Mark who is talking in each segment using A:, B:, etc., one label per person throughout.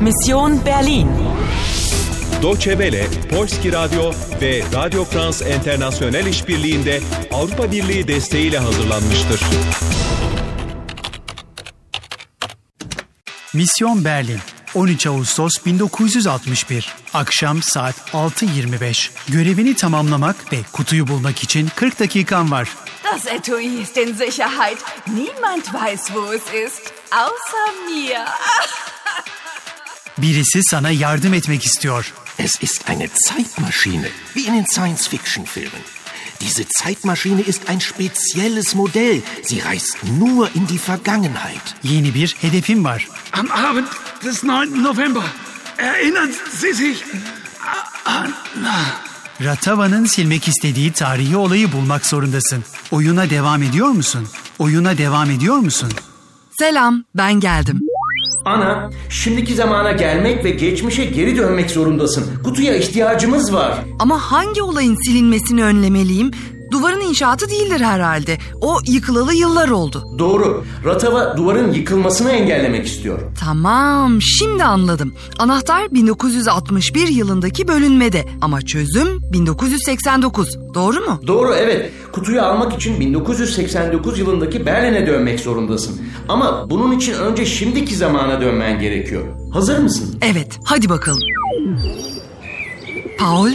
A: Mission Berlin.
B: Deutsche Welle, Polski Radyo ve Radio France International işbirliğinde Avrupa Birliği desteğiyle hazırlanmıştır.
C: Misyon Berlin 13 Ağustos 1961 akşam saat 6.25 görevini tamamlamak ve kutuyu bulmak için 40 dakikan var.
D: Das Etui ist in Sicherheit. Niemand weiß, wo es ist, außer mir.
C: Birisi sana yardım etmek istiyor.
E: Es ist eine Zeitmaschine, wie in den Science-Fiction-Filmen. Diese Zeitmaschine ist ein spezielles Modell. Sie reist nur in die Vergangenheit.
C: Yeni bir hedefim var.
F: Am Abend des 9. November. Erinnern Sie sich an...
C: Ratava'nın silmek istediği tarihi olayı bulmak zorundasın. Oyuna devam ediyor musun? Oyuna devam ediyor musun?
D: Selam, ben geldim.
G: Ana, şimdiki zamana gelmek ve geçmişe geri dönmek zorundasın. Kutuya ihtiyacımız var.
D: Ama hangi olayın silinmesini önlemeliyim? Duvarın inşaatı değildir herhalde. O yıkılalı yıllar oldu.
G: Doğru. Ratava duvarın yıkılmasını engellemek istiyor.
D: Tamam, şimdi anladım. Anahtar 1961 yılındaki bölünmede ama çözüm 1989. Doğru mu?
G: Doğru evet. Kutuyu almak için 1989 yılındaki Berlin'e dönmek zorundasın. Ama bunun için önce şimdiki zamana dönmen gerekiyor. Hazır mısın?
D: Evet, hadi bakalım. Paul,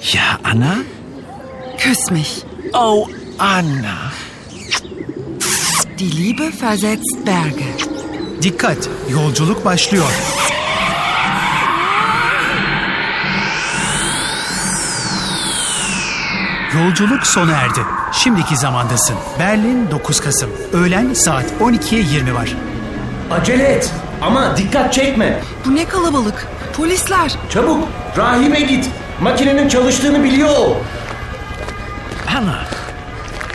E: Ja, Anna?
D: küss mich.
E: Oh, Anna.
D: Die Liebe versetzt Berge.
C: Dikkat! Yolculuk başlıyor. Yolculuk sona erdi. Şimdiki zamandasın. Berlin 9 Kasım. Öğlen saat 12.20 var.
G: Acele et. Ama dikkat çekme.
D: Bu ne kalabalık. Polisler.
G: Çabuk. Rahibe git. Makinenin çalıştığını biliyor o.
E: Anna,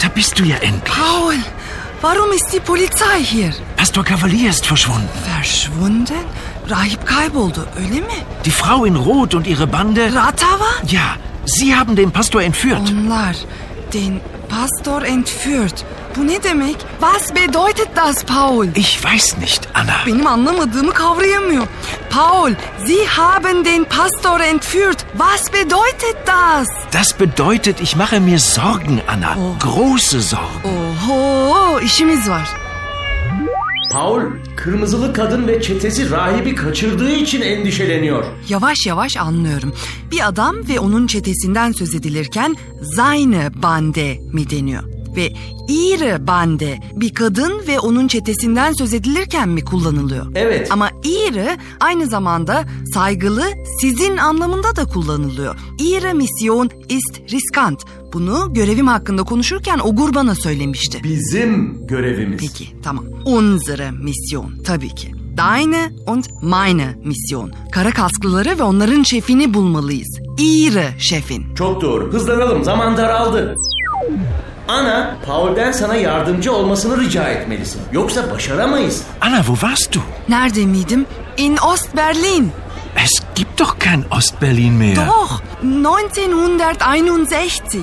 E: da bist du ja endlich.
D: Paul, warum ist die Polizei hier?
E: Pastor Cavalier ist verschwunden.
D: Verschwunden? Rahip kayboldu, öyle mi?
E: Die Frau in Rot und ihre Bande...
D: Ratava?
E: Ja, sie haben den Pastor entführt.
D: Onlar den Pastor entführt. Bu ne demek? Was bedeutet das Paul?
E: Ich weiß nicht, Anna.
D: Benim anlamadığımı kavrayamıyor. Paul, Sie haben den Pastor entführt. Was bedeutet das?
E: Das bedeutet, ich mache mir Sorgen, Anna. Große Sorgen.
D: Oho, işimiz var.
G: Paul, kırmızılı kadın ve çetesi rahibi kaçırdığı için endişeleniyor.
D: Yavaş yavaş anlıyorum. Bir adam ve onun çetesinden söz edilirken seine Bande mi deniyor? Ve ihre Bande bir kadın ve onun çetesinden söz edilirken mi kullanılıyor?
G: Evet.
D: Ama ihre aynı zamanda saygılı sizin anlamında da kullanılıyor. Ihre Mission ist riskant. Bunu görevim hakkında konuşurken Ogur bana söylemişti.
G: Bizim görevimiz.
D: Peki tamam. Unsere Mission tabii ki. Deine und meine Mission. Kara kasklıları ve onların şefini bulmalıyız. Ihre şefin.
G: Çok doğru. Hızlanalım. Zaman daraldı. Ana, Paul'den sana yardımcı olmasını rica etmelisin. Yoksa başaramayız.
E: Anna, wo warst du?
D: Nerede miydim? In Ost Berlin.
E: Es gibt doch kein Ostberlin mehr.
D: Doch. 1961.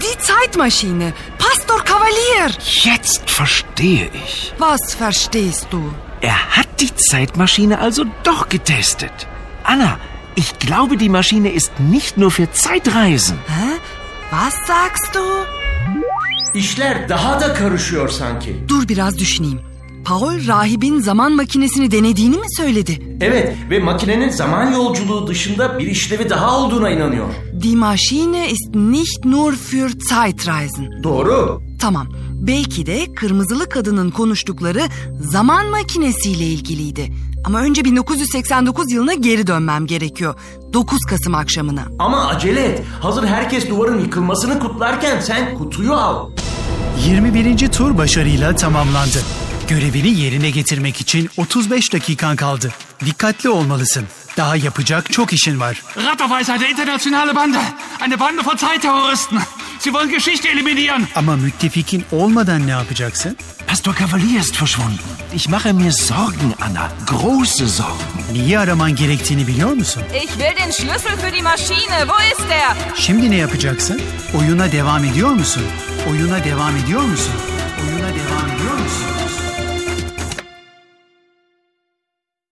D: Die Zeitmaschine. Pastor Kavalier.
E: Jetzt verstehe ich.
D: Was verstehst du?
E: Er hat die Zeitmaschine also doch getestet. Anna, ich glaube, die Maschine ist nicht nur für Zeitreisen.
D: Hä? Was sagst du?
G: İşler daha da karışıyor sanki.
D: Dur biraz düşüneyim. Paul rahibin zaman makinesini denediğini mi söyledi?
G: Evet ve makinenin zaman yolculuğu dışında bir işlevi daha olduğuna inanıyor.
D: Die Maschine ist nicht nur für Zeitreisen.
G: Doğru.
D: Tamam. Belki de kırmızılı kadının konuştukları zaman makinesiyle ilgiliydi. Ama önce 1989 yılına geri dönmem gerekiyor. 9 Kasım akşamına.
G: Ama acele et. Hazır herkes duvarın yıkılmasını kutlarken sen kutuyu al.
C: 21. tur başarıyla tamamlandı. Görevini yerine getirmek için 35 dakikan kaldı. Dikkatli olmalısın. Daha yapacak çok işin var.
F: Ratterweis, eine internationale Bande. Eine Bande von Zeitterroristen. Sie wollen Geschichte eliminieren.
C: Ama müttefikin olmadan ne yapacaksın?
E: Pastor Cavalier ist verschwunden. Ich mache mir Sorgen, Anna. Große Sorgen.
C: Neyi araman gerektiğini biliyor musun?
H: Ich will den Schlüssel für die Maschine. Wo ist er?
C: Şimdi ne yapacaksın? Oyuna devam ediyor musun? Oyuna devam ediyor musun?